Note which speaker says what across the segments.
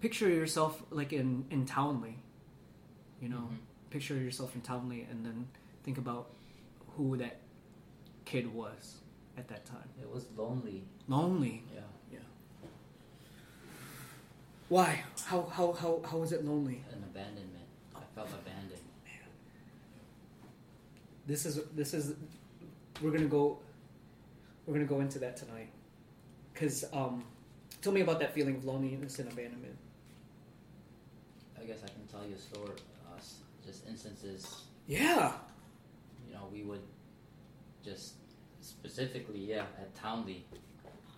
Speaker 1: picture yourself like in in Townley, you know, picture yourself in Townley, and then think about who that kid was at that time.
Speaker 2: It was lonely.
Speaker 1: Lonely.
Speaker 2: Yeah.
Speaker 1: Why? How how how how was it lonely?
Speaker 2: An abandonment. I felt abandoned.
Speaker 1: This is this is we're gonna go we're gonna go into that tonight. Cause um, tell me about that feeling of loneliness and abandonment.
Speaker 2: I guess I can tell you a story. Uh, s- just instances.
Speaker 1: Yeah.
Speaker 2: You know, we would just specifically, yeah, at Townley,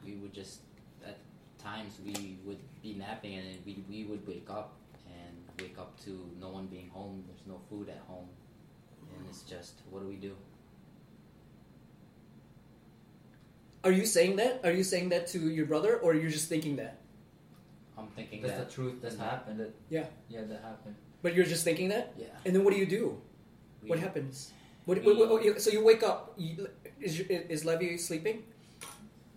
Speaker 2: we would just at times we would be napping and then we we would wake up and wake up to no one being home. There's no food at home, and it's just what do we do?
Speaker 1: Are you saying that? Are you saying that to your brother, or you're just thinking that?
Speaker 2: I'm thinking
Speaker 3: That's
Speaker 2: that
Speaker 3: the truth. That's
Speaker 2: Yeah.
Speaker 3: happened. That,
Speaker 1: Yeah.
Speaker 3: Yeah, that happened.
Speaker 1: But you're just thinking that.
Speaker 2: yeah.
Speaker 1: And then what do you do?
Speaker 2: we-
Speaker 1: What happens? What,
Speaker 2: We-
Speaker 1: what, what- you- so you wake up. You, is your- is Levy sleeping?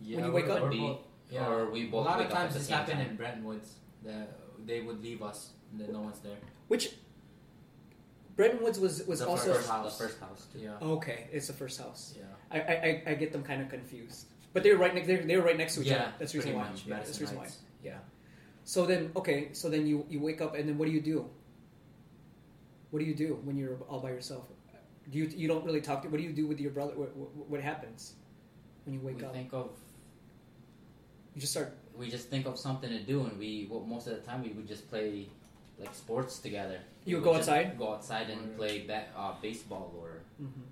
Speaker 3: Yeah,
Speaker 1: you
Speaker 3: we
Speaker 1: wake up-
Speaker 3: were
Speaker 2: Be-
Speaker 3: both- yeah.
Speaker 2: or we both
Speaker 3: a lot
Speaker 2: wake
Speaker 3: of
Speaker 2: up at
Speaker 3: times
Speaker 2: the
Speaker 3: this
Speaker 2: same
Speaker 3: happened
Speaker 2: time.
Speaker 3: in Brenton Woods. That they would leave us. and Then no one's there.
Speaker 1: Which Brenton Woods was was
Speaker 3: The
Speaker 1: also
Speaker 3: first-
Speaker 2: the first house too.
Speaker 3: Yeah.
Speaker 1: okay. It's the first house.
Speaker 3: Yeah.
Speaker 1: I, I, I- I get them kind of confused. But they're right next. They're, they're right next to each
Speaker 3: Yeah.
Speaker 1: other. That's the reason
Speaker 3: pretty
Speaker 1: why.
Speaker 3: much.
Speaker 1: Yeah, that's the
Speaker 3: Madison
Speaker 1: reason why.
Speaker 3: Heights.
Speaker 1: Yeah. So then, okay. So then you you wake up, and then what do you do? What do you do when you're all by yourself? Do you you don't really talk to? What do you do with your brother? What, what, what happens when you wake
Speaker 2: we
Speaker 1: up?
Speaker 2: think of
Speaker 1: you just start.
Speaker 2: we just think of something to do, and we well, most of the time we would just play like sports together.
Speaker 1: You
Speaker 2: We
Speaker 1: go
Speaker 2: just
Speaker 1: outside?
Speaker 2: Go outside and
Speaker 3: Or-
Speaker 2: play ba- uh, baseball or
Speaker 1: Mhm.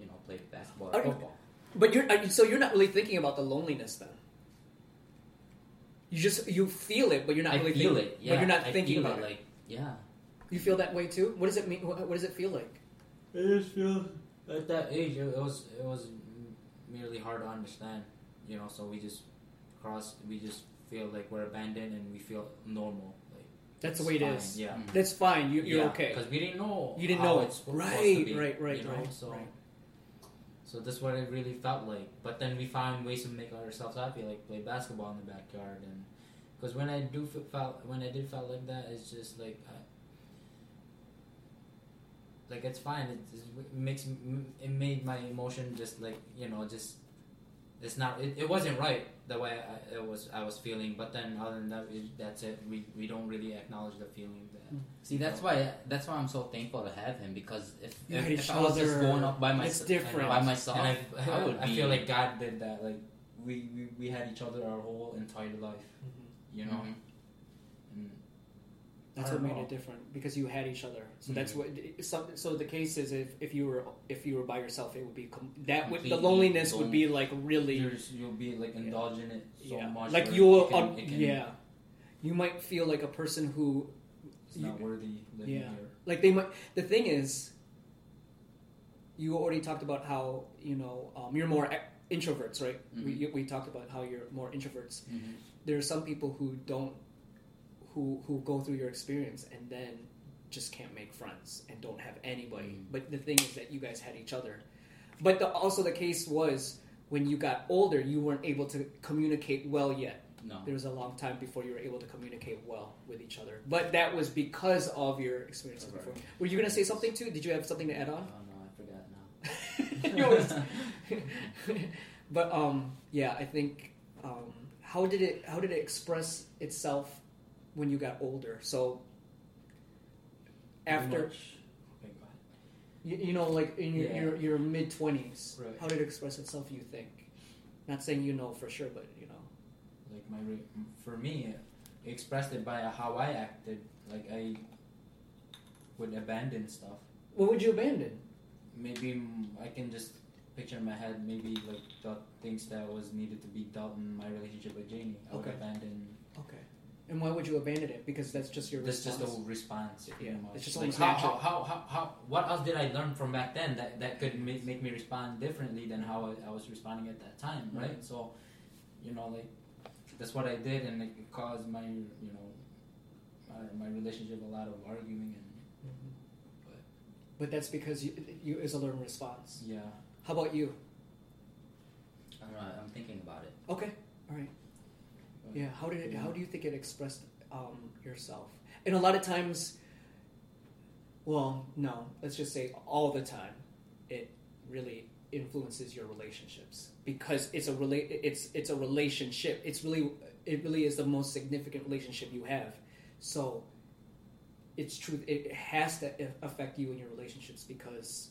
Speaker 2: you know play basketball
Speaker 1: Are
Speaker 2: or
Speaker 1: you-
Speaker 2: football.
Speaker 1: But you're are you- so you're not really thinking about the loneliness then. You just you feel it, but you're not
Speaker 2: I
Speaker 1: really
Speaker 2: feel
Speaker 1: thinking,
Speaker 2: it. Yeah,
Speaker 1: but you're not
Speaker 2: I
Speaker 1: thinking
Speaker 2: feel
Speaker 1: about it.
Speaker 2: it. Like yeah,
Speaker 1: You feel that way too. What does it mean? What, what does it feel like?
Speaker 3: It just feels at that age. It, it was it was merely hard to understand, you know. So we just cross. We just feel like we're abandoned, and we feel normal. Like
Speaker 1: That's the
Speaker 3: it's
Speaker 1: way it
Speaker 3: fine,
Speaker 1: is.
Speaker 3: Yeah.
Speaker 2: Mm.
Speaker 1: That's fine. You, you're okay.
Speaker 3: Because we didn't know.
Speaker 1: You didn't
Speaker 3: how
Speaker 1: know it.
Speaker 3: it's spo- supposed
Speaker 1: Right,
Speaker 3: to be,
Speaker 1: right, right,
Speaker 3: you know?
Speaker 1: right,
Speaker 3: So,
Speaker 1: right.
Speaker 3: so that's what it really felt like. But then we found ways to make ourselves happy, like play basketball in the backyard, and because when I do fe- felt when I did felt like that, it's just like. I, like it's fine. It, it makes m- it made my emotion just like you know just it's not it, it wasn't right the way I, it was I was feeling. But then other than that, it, that's it. We we don't really acknowledge the feeling that
Speaker 2: see that's why that's why I'm so thankful to have him because if
Speaker 1: You
Speaker 2: if,
Speaker 1: had
Speaker 2: if I was just
Speaker 1: other-
Speaker 2: going up by
Speaker 1: it's
Speaker 2: myself,
Speaker 1: different.
Speaker 2: by myself,
Speaker 3: and I,
Speaker 2: I would
Speaker 3: I
Speaker 2: be-
Speaker 3: feel like God did that. Like we, we, we had each other our whole entire life, you know.
Speaker 2: Mhm.
Speaker 3: And
Speaker 1: Mm-hmm. That's
Speaker 3: I
Speaker 1: what
Speaker 3: don't
Speaker 1: made
Speaker 3: know.
Speaker 1: it different because you had each other. So that's what. So, so the case is if, if you were if you were by yourself, it would be com- that would, the
Speaker 2: Completely
Speaker 1: loneliness would be like really
Speaker 3: There's, you'll be like
Speaker 1: Yeah.
Speaker 3: indulging it so
Speaker 1: yeah.
Speaker 3: much,
Speaker 1: like
Speaker 3: where
Speaker 1: you're
Speaker 3: it can-
Speaker 1: un-
Speaker 3: it can-
Speaker 1: yeah. You might feel like a person who
Speaker 3: It's not
Speaker 1: You-
Speaker 3: worthy living
Speaker 1: yeah.
Speaker 3: here.
Speaker 1: like they might. The thing is, you already talked about how you know um, you're more e- introverts, right? We,
Speaker 2: Mhm.
Speaker 1: you- we talked about how you're more introverts.
Speaker 2: Mhm.
Speaker 1: There are some people who don't who who go through your experience and then just can't make friends and don't have anybody.
Speaker 2: Mm.
Speaker 1: But the thing is that you guys had each other. But the, also the case was when you got older, you weren't able to communicate well yet.
Speaker 2: no
Speaker 1: There was a long time before you were able to communicate well with each other. But that was because of your experiences
Speaker 2: Right.
Speaker 1: before. Were you gonna say something too? Did you have something to add
Speaker 2: oh
Speaker 1: on?
Speaker 2: no I forgot now
Speaker 1: You always- but um, yeah, I think um, how did it how did it express itself when you got older? So
Speaker 3: Pretty
Speaker 1: after
Speaker 3: much. Okay, go ahead.
Speaker 1: you, you know, like in your
Speaker 3: Yeah.
Speaker 1: your, your mid twenties,
Speaker 3: Right.
Speaker 1: how did it express itself? You think? Not saying you know for sure, but you know.
Speaker 3: like my re- for me, it expressed it by how I acted. Like I would abandon stuff.
Speaker 1: What would you abandon?
Speaker 3: maybe mm, I can just picture in my head maybe like the things that was needed to be dealt in my relationship with Jamie. I
Speaker 1: Okay.
Speaker 3: would abandon.
Speaker 1: Okay. And why would you abandon it? Because that's just your
Speaker 3: That's just
Speaker 1: response.
Speaker 3: a response. pretty
Speaker 1: Yeah,
Speaker 3: much.
Speaker 1: it's just
Speaker 3: like
Speaker 1: almost
Speaker 3: how,
Speaker 1: natural.
Speaker 3: how, how, how, how, what else did I learn from back then that, that could make, make me respond differently than how I, I was responding at that time,
Speaker 1: Mhm.
Speaker 3: right? So, you know, like that's what I did, and like, it caused my you know my, my relationship a lot of arguing and
Speaker 1: Mhm.
Speaker 3: But-
Speaker 1: But that's because you, you is a learned response.
Speaker 3: yeah.
Speaker 1: How about you?
Speaker 2: I don't know I'm thinking about it
Speaker 1: Okay, all right. Yeah, how did it, how do you think it expressed um, yourself. And a lot of times, well, no, let's just say all the time, it really influences your relationships because it's a rela- it's it's a relationship. It's really it really is the most significant relationship you have. So it's true. It has to a- affect you in your relationships because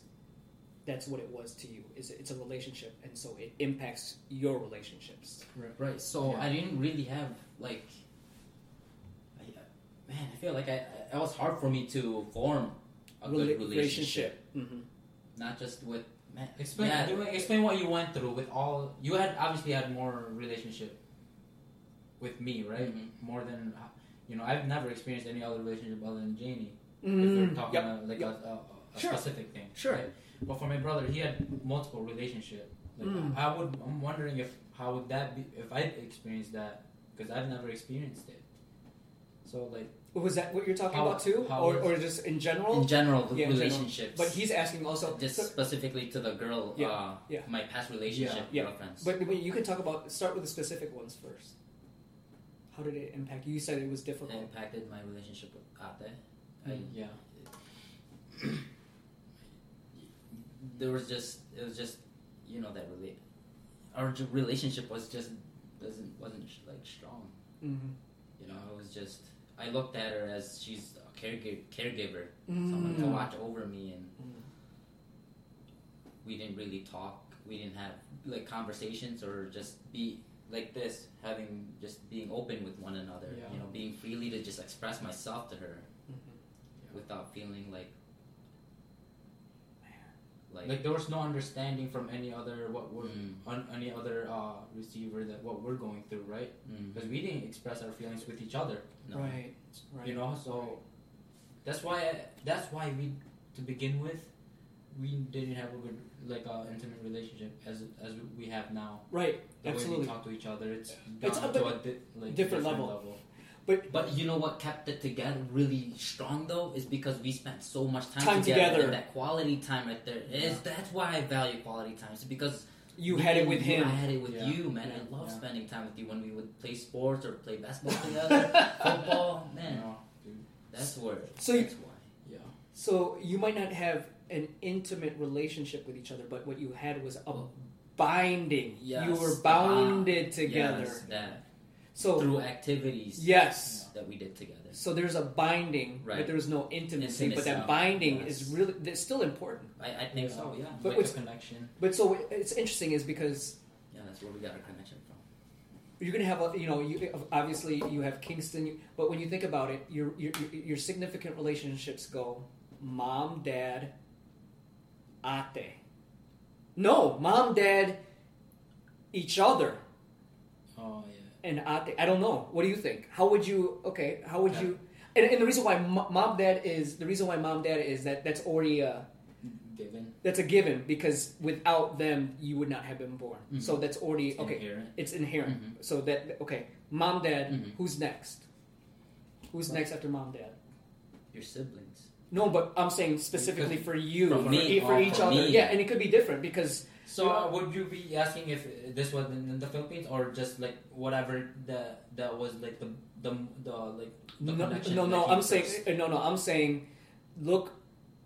Speaker 1: that's what it was to you. Is it's a relationship, and so it impacts your relationships.
Speaker 2: Right. So
Speaker 3: Yeah.
Speaker 2: I didn't really have like, I, I- man, I feel like I, I it was hard for me to form a good relationship,
Speaker 1: hmm
Speaker 2: not just with man.
Speaker 3: Explain.
Speaker 2: yeah,
Speaker 3: do- Explain what you went through with all. You had obviously had more relationship with me, right?
Speaker 1: Mm-hmm.
Speaker 2: Mhm.
Speaker 3: More than you know. I've never experienced any other relationship other than Janie. if we're
Speaker 1: Mm,
Speaker 3: talking
Speaker 1: yep.
Speaker 3: about, like
Speaker 1: yep.
Speaker 3: a, a, a
Speaker 1: Sure.
Speaker 3: specific thing,
Speaker 1: Sure.
Speaker 3: right? But for my brother, he had multiple relationship. Like
Speaker 1: Mm.
Speaker 3: I would. I'm wondering if how would that be if I experienced that because I've never experienced it. So like
Speaker 1: Was that what you're talking
Speaker 3: How-
Speaker 1: about too,
Speaker 3: how
Speaker 1: or,
Speaker 3: is-
Speaker 1: or just in general?
Speaker 2: in general
Speaker 1: Yeah, in general.
Speaker 2: relationships.
Speaker 1: But he's asking also.
Speaker 2: just
Speaker 1: so-
Speaker 2: specifically to the girl.
Speaker 1: Yeah,
Speaker 2: Uh,
Speaker 1: yeah.
Speaker 2: My past relationship
Speaker 1: Yeah, yeah.
Speaker 2: girlfriends.
Speaker 1: but wait, you can talk about start with the specific ones first. How did it impact you? You said it was difficult.
Speaker 2: impacted my relationship with Ate. I
Speaker 3: yeah,
Speaker 2: there was just it was just you know that really our j- relationship was just doesn't wasn't sh- like strong
Speaker 1: Mm-hmm.
Speaker 2: you know it was just i looked at her as she's a caregiver caregiver someone to
Speaker 1: Mm.
Speaker 2: watch over me and
Speaker 1: Mm-hmm.
Speaker 2: we didn't really talk we didn't have like conversations or just be like this having just being open with one another
Speaker 3: Yeah.
Speaker 2: you know being freely to just express myself to her
Speaker 1: Mhm.
Speaker 2: without feeling like
Speaker 1: Mm-hmm.
Speaker 2: like,
Speaker 3: like there was no understanding from any other what we're
Speaker 2: Mm.
Speaker 3: on any other uh, receiver that what we're going through, right?
Speaker 2: mm,
Speaker 3: Because we didn't express our feelings with each other,
Speaker 2: no.
Speaker 1: Right. Right.
Speaker 3: you know. So that's why that's why we to begin with we didn't have a good like uh, intimate relationship as as we have now.
Speaker 1: Right.
Speaker 3: The way
Speaker 1: Absolutely.
Speaker 3: we talk to each other, it's down
Speaker 1: It's a
Speaker 3: to a di- like,
Speaker 1: different level.
Speaker 2: But you know what kept it together really strong though is because we spent so much time,
Speaker 1: Time together.
Speaker 2: and that quality time right there is
Speaker 3: Yeah.
Speaker 2: that's why I value quality times because
Speaker 1: You
Speaker 2: me
Speaker 1: had it
Speaker 2: and
Speaker 1: with
Speaker 2: you, I
Speaker 1: him.
Speaker 2: had it with
Speaker 3: Yeah.
Speaker 2: you, man. I love
Speaker 3: Yeah.
Speaker 2: spending time with you when we would play sports or play basketball together, football. Man,
Speaker 3: No,
Speaker 2: that's where.
Speaker 1: So you-
Speaker 2: that's why.
Speaker 3: yeah,
Speaker 1: So you might not have an intimate relationship with each other, but what you had was a binding. you
Speaker 2: Yes,
Speaker 1: were
Speaker 2: the bond.
Speaker 1: bounded together.
Speaker 2: Yes, that
Speaker 1: So
Speaker 2: through activities.
Speaker 1: yes.
Speaker 2: That we did together.
Speaker 1: So there's a binding,
Speaker 2: Right.
Speaker 1: but there's no intimacy.
Speaker 2: Intimacy,
Speaker 1: But that
Speaker 2: no.
Speaker 1: binding
Speaker 2: Yes.
Speaker 1: is really that's still important.
Speaker 2: I, I think
Speaker 3: Yeah.
Speaker 2: so. Yeah.
Speaker 1: But
Speaker 3: like
Speaker 1: what's-
Speaker 3: a connection.
Speaker 1: But so it's interesting is because
Speaker 2: yeah, that's where we got our connection from.
Speaker 1: you're gonna have a, you know you obviously you have Kingston, but when you think about it, your your, your significant relationships go mom, dad, ate. No, mom, dad, each other,
Speaker 3: Oh yeah,
Speaker 1: and ate. I don't know. What do you think? How would you? Okay, how would you? And, and the reason why mo- mom, dad is the reason why mom, dad is that that's already a
Speaker 3: given
Speaker 1: that's a given because without them you would not have been born
Speaker 2: Mhm.
Speaker 1: so that's already okay
Speaker 3: inherent.
Speaker 1: it's inherent so that okay mom dad
Speaker 2: Mhm.
Speaker 1: who's next who's
Speaker 3: Well-
Speaker 1: next after mom dad
Speaker 2: Your siblings.
Speaker 1: no but i'm saying specifically for you
Speaker 2: For
Speaker 1: for,
Speaker 2: me,
Speaker 1: e- for
Speaker 2: oh,
Speaker 1: each
Speaker 2: for
Speaker 1: other
Speaker 2: me.
Speaker 1: yeah and it could be different because
Speaker 3: So uh, would you be asking if uh, this was in the Philippines or just like whatever the that was like the the, the like
Speaker 1: no
Speaker 3: the
Speaker 1: no
Speaker 3: connection
Speaker 1: no,
Speaker 3: that came
Speaker 1: i'm saying
Speaker 3: first?
Speaker 1: uh, no no i'm saying look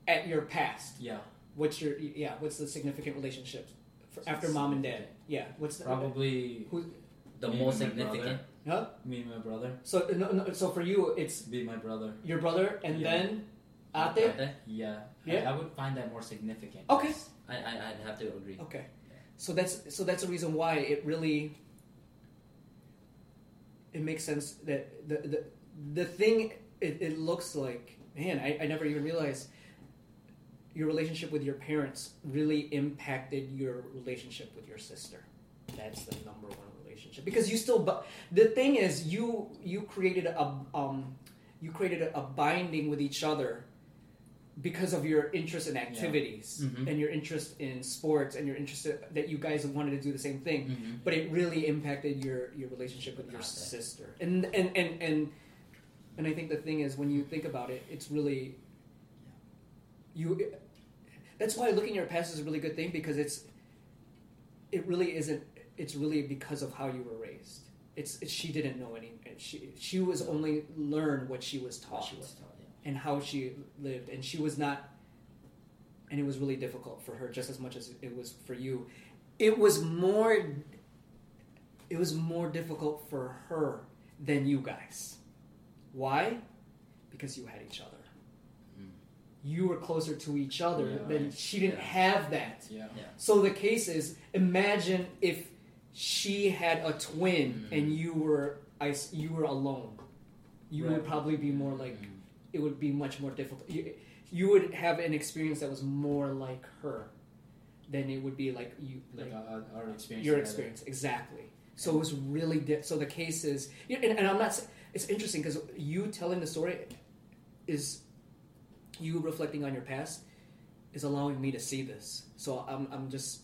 Speaker 1: at your past
Speaker 3: yeah
Speaker 1: what's your yeah what's the significant relationship for, after mom and dad yeah what's the
Speaker 3: probably
Speaker 1: Who-
Speaker 2: The
Speaker 3: Me
Speaker 2: most
Speaker 3: and my brother.
Speaker 2: significant.
Speaker 1: Huh?
Speaker 3: me and my brother
Speaker 1: so no, no, so for you it's
Speaker 3: be my brother
Speaker 1: your brother and
Speaker 3: Yeah.
Speaker 1: then ate
Speaker 2: Ate.
Speaker 3: yeah I-
Speaker 1: Yeah.
Speaker 3: I, would find that more significant
Speaker 1: okay
Speaker 2: I, I I'd have to agree.
Speaker 1: Okay, so that's so that's the reason why it really it makes sense that the the the thing it, it looks like man I, I never even realized your relationship with your parents really impacted your relationship with your sister. That's the number one relationship because you still but the thing is you you created a um you created a, a binding with each other because of your interest in activities
Speaker 2: Mhm.
Speaker 1: and your interest in sports and your interest in, that you guys wanted to do the same thing
Speaker 2: Mm-hmm.
Speaker 1: but it really impacted your your relationship with your
Speaker 2: Got it.
Speaker 1: sister and and and and and i think the thing is when you think about it it's really you that's why looking at your past is a really good thing because it's it really isn't it's really because of how you were raised it's, it's she didn't know any. She she was only learn what she was
Speaker 2: What
Speaker 1: taught
Speaker 2: she was taught. Yeah.
Speaker 1: and how she lived, and she was not. And it was really difficult for her, just as much as it was for you. It was more. It was more difficult for her than you guys. Why? Because you had each other.
Speaker 2: Mm.
Speaker 1: You were closer to each other
Speaker 3: Yeah,
Speaker 1: than
Speaker 2: right.
Speaker 1: she didn't
Speaker 2: Yeah.
Speaker 1: have that.
Speaker 3: Yeah.
Speaker 1: So the case is, imagine if she had a twin
Speaker 2: Mm.
Speaker 1: and you were is- you were alone. You would
Speaker 3: Right.
Speaker 1: probably be more like
Speaker 2: Mm.
Speaker 1: it would be much more difficult. You, you would have an experience that was more like her than it would be like you
Speaker 3: Like
Speaker 1: like
Speaker 3: our, our experience.
Speaker 1: your
Speaker 3: together.
Speaker 1: experience exactly. So it was really di- so the case is, yeah, and, and I'm not. s- It's interesting because you telling the story is you reflecting on your past is allowing me to see this. So I'm I'm just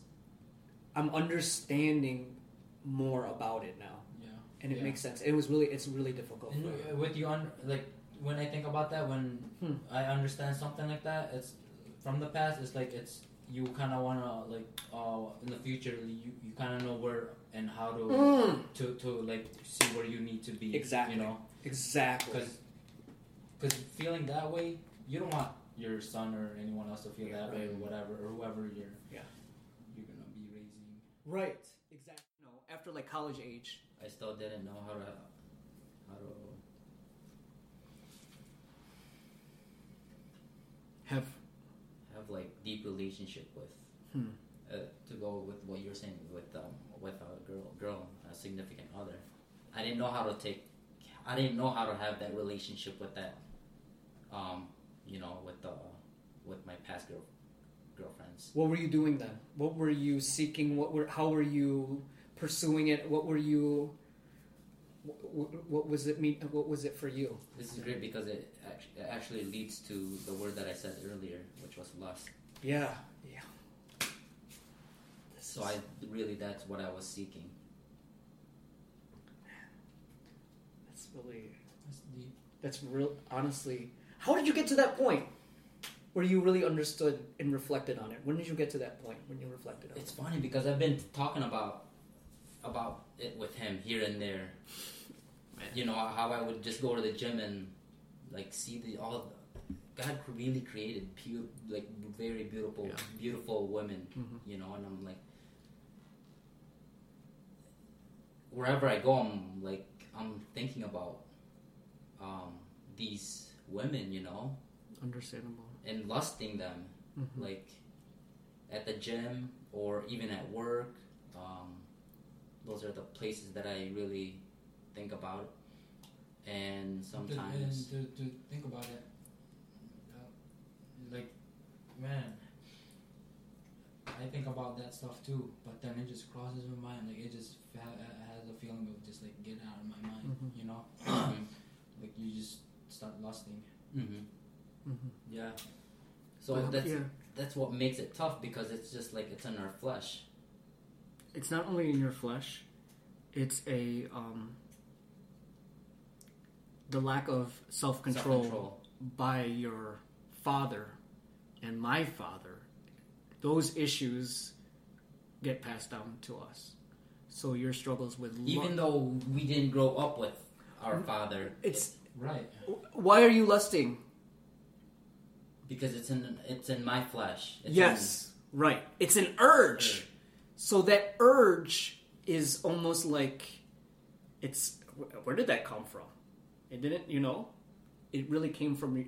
Speaker 1: I'm understanding more about it now,
Speaker 3: Yeah.
Speaker 1: and it
Speaker 3: Yeah.
Speaker 1: makes sense. It was really it's really difficult.
Speaker 3: And
Speaker 1: for
Speaker 3: uh, with you on like when I think about that, when
Speaker 1: Hmm.
Speaker 3: I understand something like that, it's from the past. It's like it's you kind of wanna like uh in the future you, you kind of know where and how to
Speaker 1: Mm.
Speaker 3: to to like see where you need to be.
Speaker 1: Exactly.
Speaker 3: You know,
Speaker 1: Exactly.
Speaker 3: because because feeling that way, you don't want your son or anyone else to feel
Speaker 1: Yeah,
Speaker 3: that way or
Speaker 2: right.
Speaker 3: whatever or whoever you're
Speaker 1: Yeah.
Speaker 3: you're gonna be raising.
Speaker 1: Right. Exactly. You know, after like college age,
Speaker 2: I still didn't know how to how to
Speaker 1: have
Speaker 2: have like deep relationship with
Speaker 1: hmm,
Speaker 2: uh, to go with what you're saying with um, with a girl girl a significant other. I didn't know how to take. I didn't know how to have that relationship with that. Um, you know, with the with my past girl girlfriends.
Speaker 1: What were you doing then? What were you seeking? What were how were you pursuing it? What were you? What, what was it mean? What was it for you?
Speaker 2: This is great because it act- it actually leads to the word that I said earlier, which was lust.
Speaker 1: Yeah, yeah.
Speaker 2: So I really that's what I was seeking.
Speaker 1: That's really.
Speaker 3: That's deep.
Speaker 1: That's real. Honestly, how did you get to that point where you really understood and reflected on it? When did you get to that point when you reflected on it?
Speaker 2: It's funny because I've been talking about about it with him here and there. You know how I would just go to the gym and like see the all. God really created pu- like very beautiful,
Speaker 1: Yeah.
Speaker 2: beautiful women.
Speaker 1: Mhm.
Speaker 2: You know, and I'm like, wherever I go, I'm like I'm thinking about um, these women. You know,
Speaker 1: Understandable. Mm-hmm,
Speaker 2: and lusting them like at the gym or even at work. Um, those are the places that I really think about. And sometimes,
Speaker 3: to, to, to think about it uh, like man i think about that stuff too but then it just crosses my mind like it just fa- ha- has a feeling of just like get out of my mind
Speaker 1: Mhm.
Speaker 3: you know
Speaker 2: Mhm.
Speaker 3: like you just start lusting
Speaker 2: Mhm. yeah. So
Speaker 1: But-
Speaker 2: that's
Speaker 1: mm-hmm. yeah.
Speaker 2: that's what makes it tough because it's just like it's in our flesh.
Speaker 1: it's not only in your flesh it's a um the lack of self-control,
Speaker 2: Self-control.
Speaker 1: by your father and my father those issues get passed down to us so your struggles with lu-
Speaker 2: Even though we didn't grow up with our
Speaker 1: Mm-hmm.
Speaker 2: father,
Speaker 1: it's
Speaker 3: right
Speaker 1: why are you lusting
Speaker 2: because it's in it's in my flesh. It's
Speaker 1: yes right it's an
Speaker 2: in-
Speaker 1: urge So that urge is almost like it's wh- where did that come from? It didn't, you know. It really came from. It,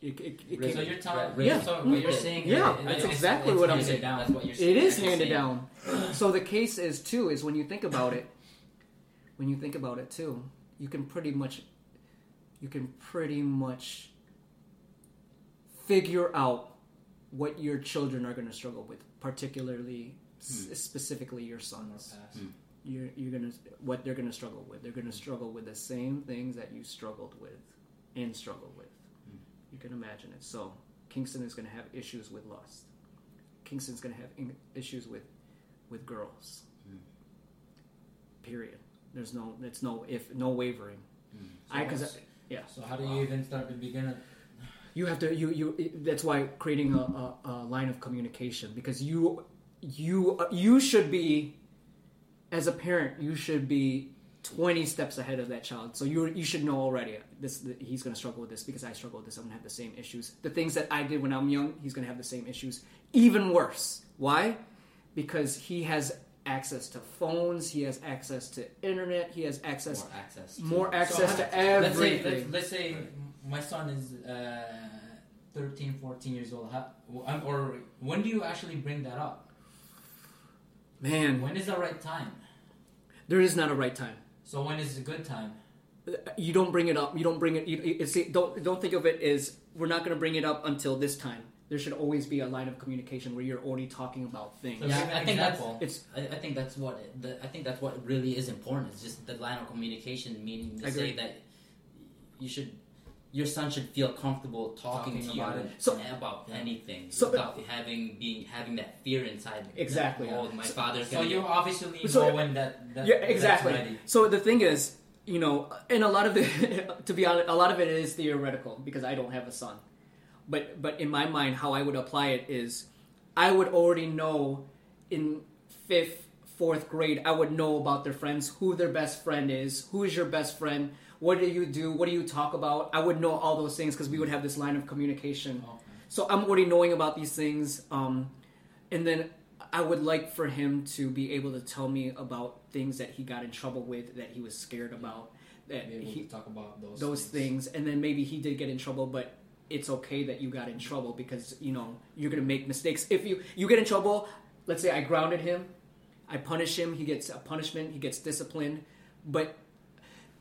Speaker 1: it, it
Speaker 2: Really?
Speaker 1: came,
Speaker 3: so you're telling
Speaker 2: Right,
Speaker 1: right.
Speaker 3: so
Speaker 2: Yeah.
Speaker 3: what you're saying
Speaker 1: Mm-hmm. Yeah,
Speaker 3: is-
Speaker 1: that's
Speaker 3: is-
Speaker 1: exactly
Speaker 3: it's
Speaker 1: what I'm
Speaker 3: handed
Speaker 1: saying.
Speaker 3: down.
Speaker 2: That's what you're.
Speaker 1: it is
Speaker 2: actually
Speaker 1: handed
Speaker 2: saying.
Speaker 1: down. So the case is too is when you think about it. When you think about it too, you can pretty much, you can pretty much figure out what your children are going to struggle with, particularly s- specifically your
Speaker 3: On our
Speaker 1: sons.
Speaker 3: past.
Speaker 2: Mm.
Speaker 1: you're, you're gonna what they're gonna struggle with. They're gonna struggle with the same things that you struggled with and struggle with.
Speaker 2: Mm.
Speaker 1: You can imagine it. So Kingston is gonna have issues with lust. Kingston's gonna have in- issues with with girls.
Speaker 2: Mm.
Speaker 1: Period. There's no it's no if no wavering.
Speaker 2: Mm.
Speaker 3: So
Speaker 1: I because
Speaker 3: what's-
Speaker 1: yeah.
Speaker 3: so how do you even start to begin it
Speaker 1: you have to you you it- that's why creating a, a, a line of communication because you you you should be as a parent you should be 20 steps ahead of that child. So you you should know already this that he's going to struggle with this because I struggle with this. I'm going to have the same issues. The things that I did when I'm young, he's going to have the same issues, even worse. Why? Because he has access to phones, he has access to internet, he has access
Speaker 2: more access. to-
Speaker 1: more access to
Speaker 3: Let's say, let's,
Speaker 1: everything.
Speaker 3: let's say my son is uh, 13, 14 years old. How, um, or when do you actually bring that up?
Speaker 1: Man,
Speaker 3: When is the right time?
Speaker 1: there is not a right time.
Speaker 3: So when is a good time?
Speaker 1: you don't bring it up. You don't bring it. You, it's, don't don't think of it as we're not going to bring it up until this time. There should always be a line of communication where you're only talking about things.
Speaker 3: So
Speaker 2: Yeah,
Speaker 3: give an
Speaker 2: I think that's-
Speaker 3: example.
Speaker 1: It's
Speaker 2: I, I think that's what it- the, I think that's what really is important. It's just the line of communication, meaning to
Speaker 1: I
Speaker 2: say
Speaker 1: agree.
Speaker 2: that you should your son should feel comfortable talking,
Speaker 3: Talking
Speaker 2: to you
Speaker 3: about it.
Speaker 1: So-
Speaker 2: about
Speaker 3: Yeah.
Speaker 2: anything
Speaker 1: So-
Speaker 2: without having being having that fear inside. that,
Speaker 1: Exactly.
Speaker 2: oh, my
Speaker 1: So-
Speaker 2: father's
Speaker 3: So
Speaker 2: gonna
Speaker 3: you
Speaker 2: get-"
Speaker 3: obviously
Speaker 1: So-
Speaker 3: know when that, that
Speaker 1: yeah,
Speaker 3: that's
Speaker 1: exactly.
Speaker 3: ready.
Speaker 1: So the thing is, you know, and a lot of it, to be honest, a lot of it is theoretical because I don't have a son. But but in my mind, how I would apply it is, I would already know in fifth, fourth grade, I would know about their friends, who their best friend is, who is your best friend, what do you do, what do you talk about. I would know all those things because we would have this line of communication.
Speaker 3: Okay.
Speaker 1: So I'm already knowing about these things, um, and then I would like for him to be able to tell me about things that he got in trouble with, that he was scared about, that
Speaker 3: Maybe we
Speaker 1: he,
Speaker 3: can talk about those
Speaker 1: those things, and then maybe he did get in trouble, but it's okay that you got in trouble because you know you're gonna make mistakes. If you you get in trouble, let's say I grounded him, I punish him, he gets a punishment, he gets disciplined, but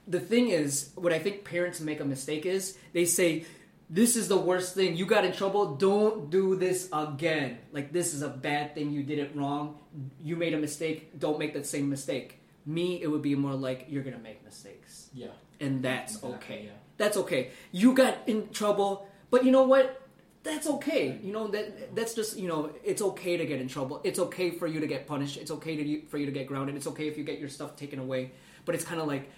Speaker 1: the thing is, what I think parents make a mistake is they say, "This is the worst thing. You got in trouble. Don't do this again. Like this is a bad thing. You did it wrong. You made a mistake. Don't make that same mistake." Me, it would be more like you're gonna make mistakes,
Speaker 3: Yeah,
Speaker 1: and that's
Speaker 3: Exactly,
Speaker 1: okay.
Speaker 3: yeah.
Speaker 1: That's okay. You got in trouble, but you know what? That's okay. You know that that's just you know it's okay to get in trouble. It's okay for you to get punished. It's okay to for you to get grounded. It's okay if you get your stuff taken away. But it's kind of like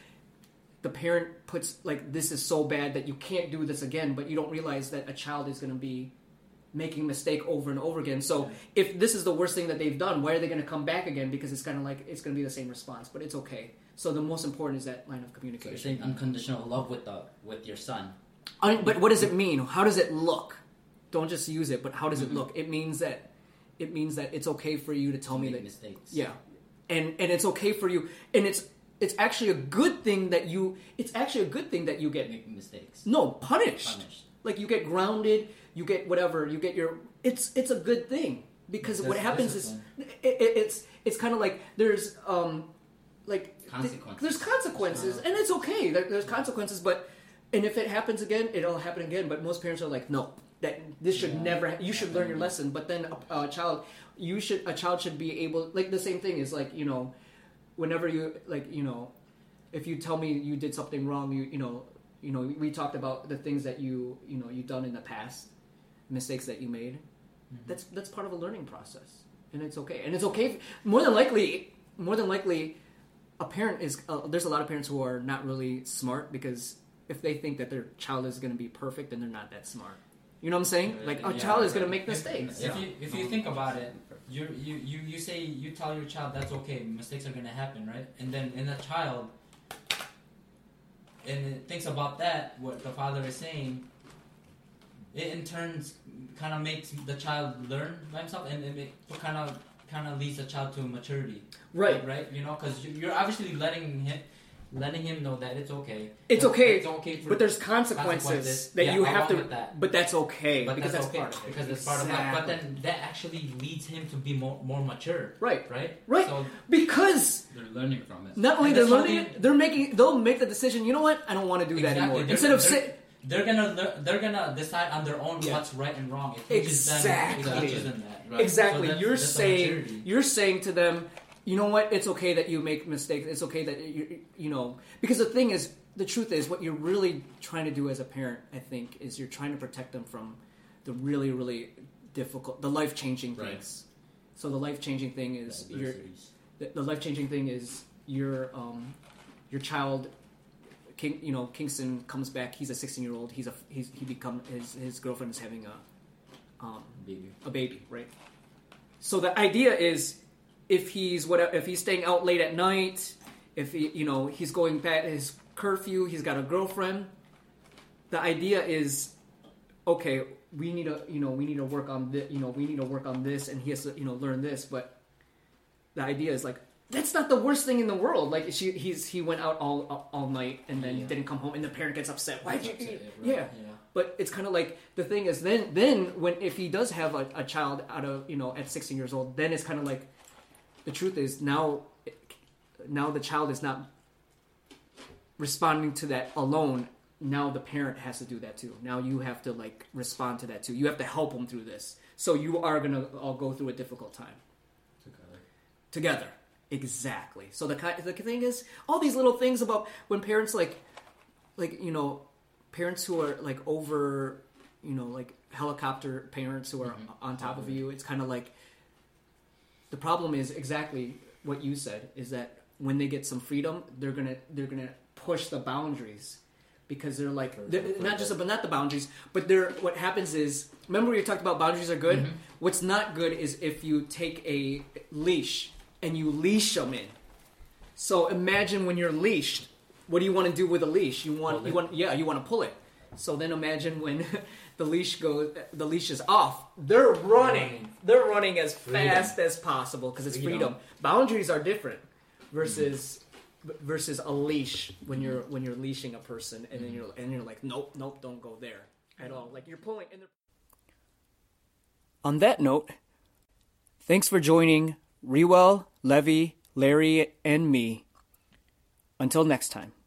Speaker 1: the parent puts like this is so bad that you can't do this again but you don't realize that a child is going to be making mistake over and over again so if this is the worst thing that they've done why are they going to come back again because it's kind of like it's going to be the same response but it's okay so the most important is that line of
Speaker 2: So you're
Speaker 1: communication
Speaker 2: saying unconditional love with the with your son.
Speaker 1: I- but what does it mean how does it look don't just use it but how does
Speaker 2: Mhm.
Speaker 1: it look it means that it means that it's okay for you to tell
Speaker 2: to
Speaker 1: me
Speaker 2: make
Speaker 1: that
Speaker 2: mistakes.
Speaker 1: yeah, and and it's okay for you, and it's it's actually a good thing that you it's actually a good thing that you get
Speaker 2: make mistakes.
Speaker 1: no punished.
Speaker 2: Punished.
Speaker 1: Like you get grounded, you get whatever, you get your. It's it's a good thing because what
Speaker 3: That's
Speaker 1: happens is it, it, it's it's kind of like there's um like th-
Speaker 2: Consequences.
Speaker 1: there's consequences, and it's okay. There, there's consequences, but and if it happens again, it'll happen again. But most parents are like, no, that this should
Speaker 3: Yeah.
Speaker 1: never. Ha- you should learn your lesson. But then a, a child, you should a child should be able like the same thing is like you know, whenever you like you know, if you tell me you did something wrong, you you know you know we talked about the things that you you know you've done in the past, mistakes that you made. That's that's part of a learning process, and it's okay. And it's okay. More than likely, more than likely, a parent is uh, there's a lot of parents who are not really smart because if they think that their child is going to be perfect, then they're not that smart. You know what I'm saying? Like a
Speaker 3: Yeah,
Speaker 1: child is
Speaker 3: right.
Speaker 1: going to make
Speaker 3: If-
Speaker 1: mistakes.
Speaker 3: If, you if you think about it, you you you you say you tell your child that's okay, mistakes are gonna happen, right? And then in the child, and it thinks about that, what the father is saying, it in turns kind of makes the child learn by himself, and it kind of kind of leads the child to maturity,
Speaker 1: Right.
Speaker 3: Right? You know, because you're obviously letting him letting him know that it's okay.
Speaker 1: It's
Speaker 3: That-
Speaker 1: okay,
Speaker 3: It's okay for
Speaker 1: But there's consequences,
Speaker 3: Consequences.
Speaker 1: that
Speaker 3: Yeah,
Speaker 1: you
Speaker 3: along
Speaker 1: have to.
Speaker 3: with that.
Speaker 1: But that's okay
Speaker 3: but
Speaker 1: because
Speaker 3: that's,
Speaker 1: that's,
Speaker 3: okay
Speaker 1: part of it.
Speaker 3: because it's part of life. But then that actually leads him to be more more mature,
Speaker 1: right,
Speaker 3: right?
Speaker 1: Right.
Speaker 3: So
Speaker 1: because
Speaker 2: They're learning from it.
Speaker 1: not only
Speaker 3: And
Speaker 1: they're
Speaker 3: that's
Speaker 1: learning,
Speaker 3: something-
Speaker 1: it, they're making they'll make the decision. You know what? I don't want to do that
Speaker 3: Exactly.
Speaker 1: anymore.
Speaker 3: They're-
Speaker 1: Instead of
Speaker 3: they're-
Speaker 1: sit,
Speaker 3: they're gonna lear- they're gonna decide on their own
Speaker 1: Yeah.
Speaker 3: what's right and wrong. It teaches them. It
Speaker 1: Exactly.
Speaker 3: teaches them that. Right?
Speaker 1: exactly.
Speaker 3: So that's-
Speaker 1: you're
Speaker 3: that's the
Speaker 1: saying
Speaker 3: maturity.
Speaker 1: you're saying to them, you know what? It's okay that you make mistakes. It's okay that you you know because the thing is, the truth is, what you're really trying to do as a parent, I think, is you're trying to protect them from the really really difficult, the life changing
Speaker 2: Right.
Speaker 1: things. So the life changing thing is you're
Speaker 2: Adversities.
Speaker 1: the, the life changing thing is your um, your child. King, you know, Kingston comes back. He's a 16 year old. He's a he's, he become his his girlfriend is having a um,
Speaker 2: Baby.
Speaker 1: a baby, right? So the idea is, if he's what if he's staying out late at night, if he, you know he's going past his curfew, he's got a girlfriend. The idea is, okay, we need to you know we need to work on this, you know we need to work on this, and he has to you know learn this. But the idea is like that's not the worst thing in the world. Like she, he's he went out all all, all night and then
Speaker 3: Yeah.
Speaker 1: didn't come home, and the parent gets upset. Why
Speaker 3: That's
Speaker 1: did you?
Speaker 3: upset, right?
Speaker 1: Yeah.
Speaker 3: yeah.
Speaker 1: But it's kind of like the thing is then then when if he does have a, a child out of you know at 16 years old, then it's kind of like the truth is now now the child is not responding to that alone. Now the parent has to do that too. Now you have to like respond to that too. You have to help them through this. So you are gonna all go through a difficult time
Speaker 3: Together.
Speaker 1: together. Exactly. So the ki- the thing is, all these little things about when parents like, like you know, parents who are like over, you know, like helicopter parents who are on top of you. It's kind of like the problem is exactly what you said is that when they get some freedom, they're gonna they're gonna push the boundaries because they're like
Speaker 3: For-
Speaker 1: they're,
Speaker 3: for
Speaker 1: not just
Speaker 3: the-
Speaker 1: but not the boundaries, but they're what happens is remember we talked about boundaries are good. What's not good is if you take a leash and you leash them in. So imagine when you're leashed, what do you want to do with a leash? You want
Speaker 3: Pull
Speaker 1: you
Speaker 3: it.
Speaker 1: want yeah you want to pull it. So then imagine when the leash goes the leash is off. They're running.
Speaker 3: Running.
Speaker 1: They're running as
Speaker 3: Freedom.
Speaker 1: fast as possible because it's freedom.
Speaker 3: Freedom.
Speaker 1: Boundaries are different versus versus a leash when you're when you're leashing a person and then you're and you're like nope nope don't go there at all like you're pulling and they're... on that note thanks for joining rewell levy larry and me until next time